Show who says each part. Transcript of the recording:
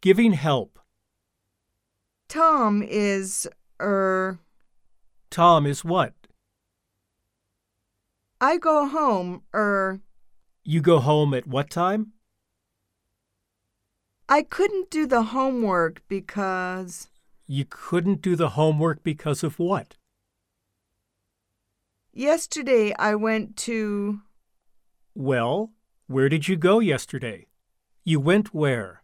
Speaker 1: Giving help.
Speaker 2: Tom is, er,
Speaker 1: Tom is what?
Speaker 2: I go home, er,
Speaker 1: You go home at what time?
Speaker 2: I couldn't do the homework because
Speaker 1: You couldn't do the homework because of what?
Speaker 2: yesterday I went to,
Speaker 1: Well, where did you go yesterday? You went where?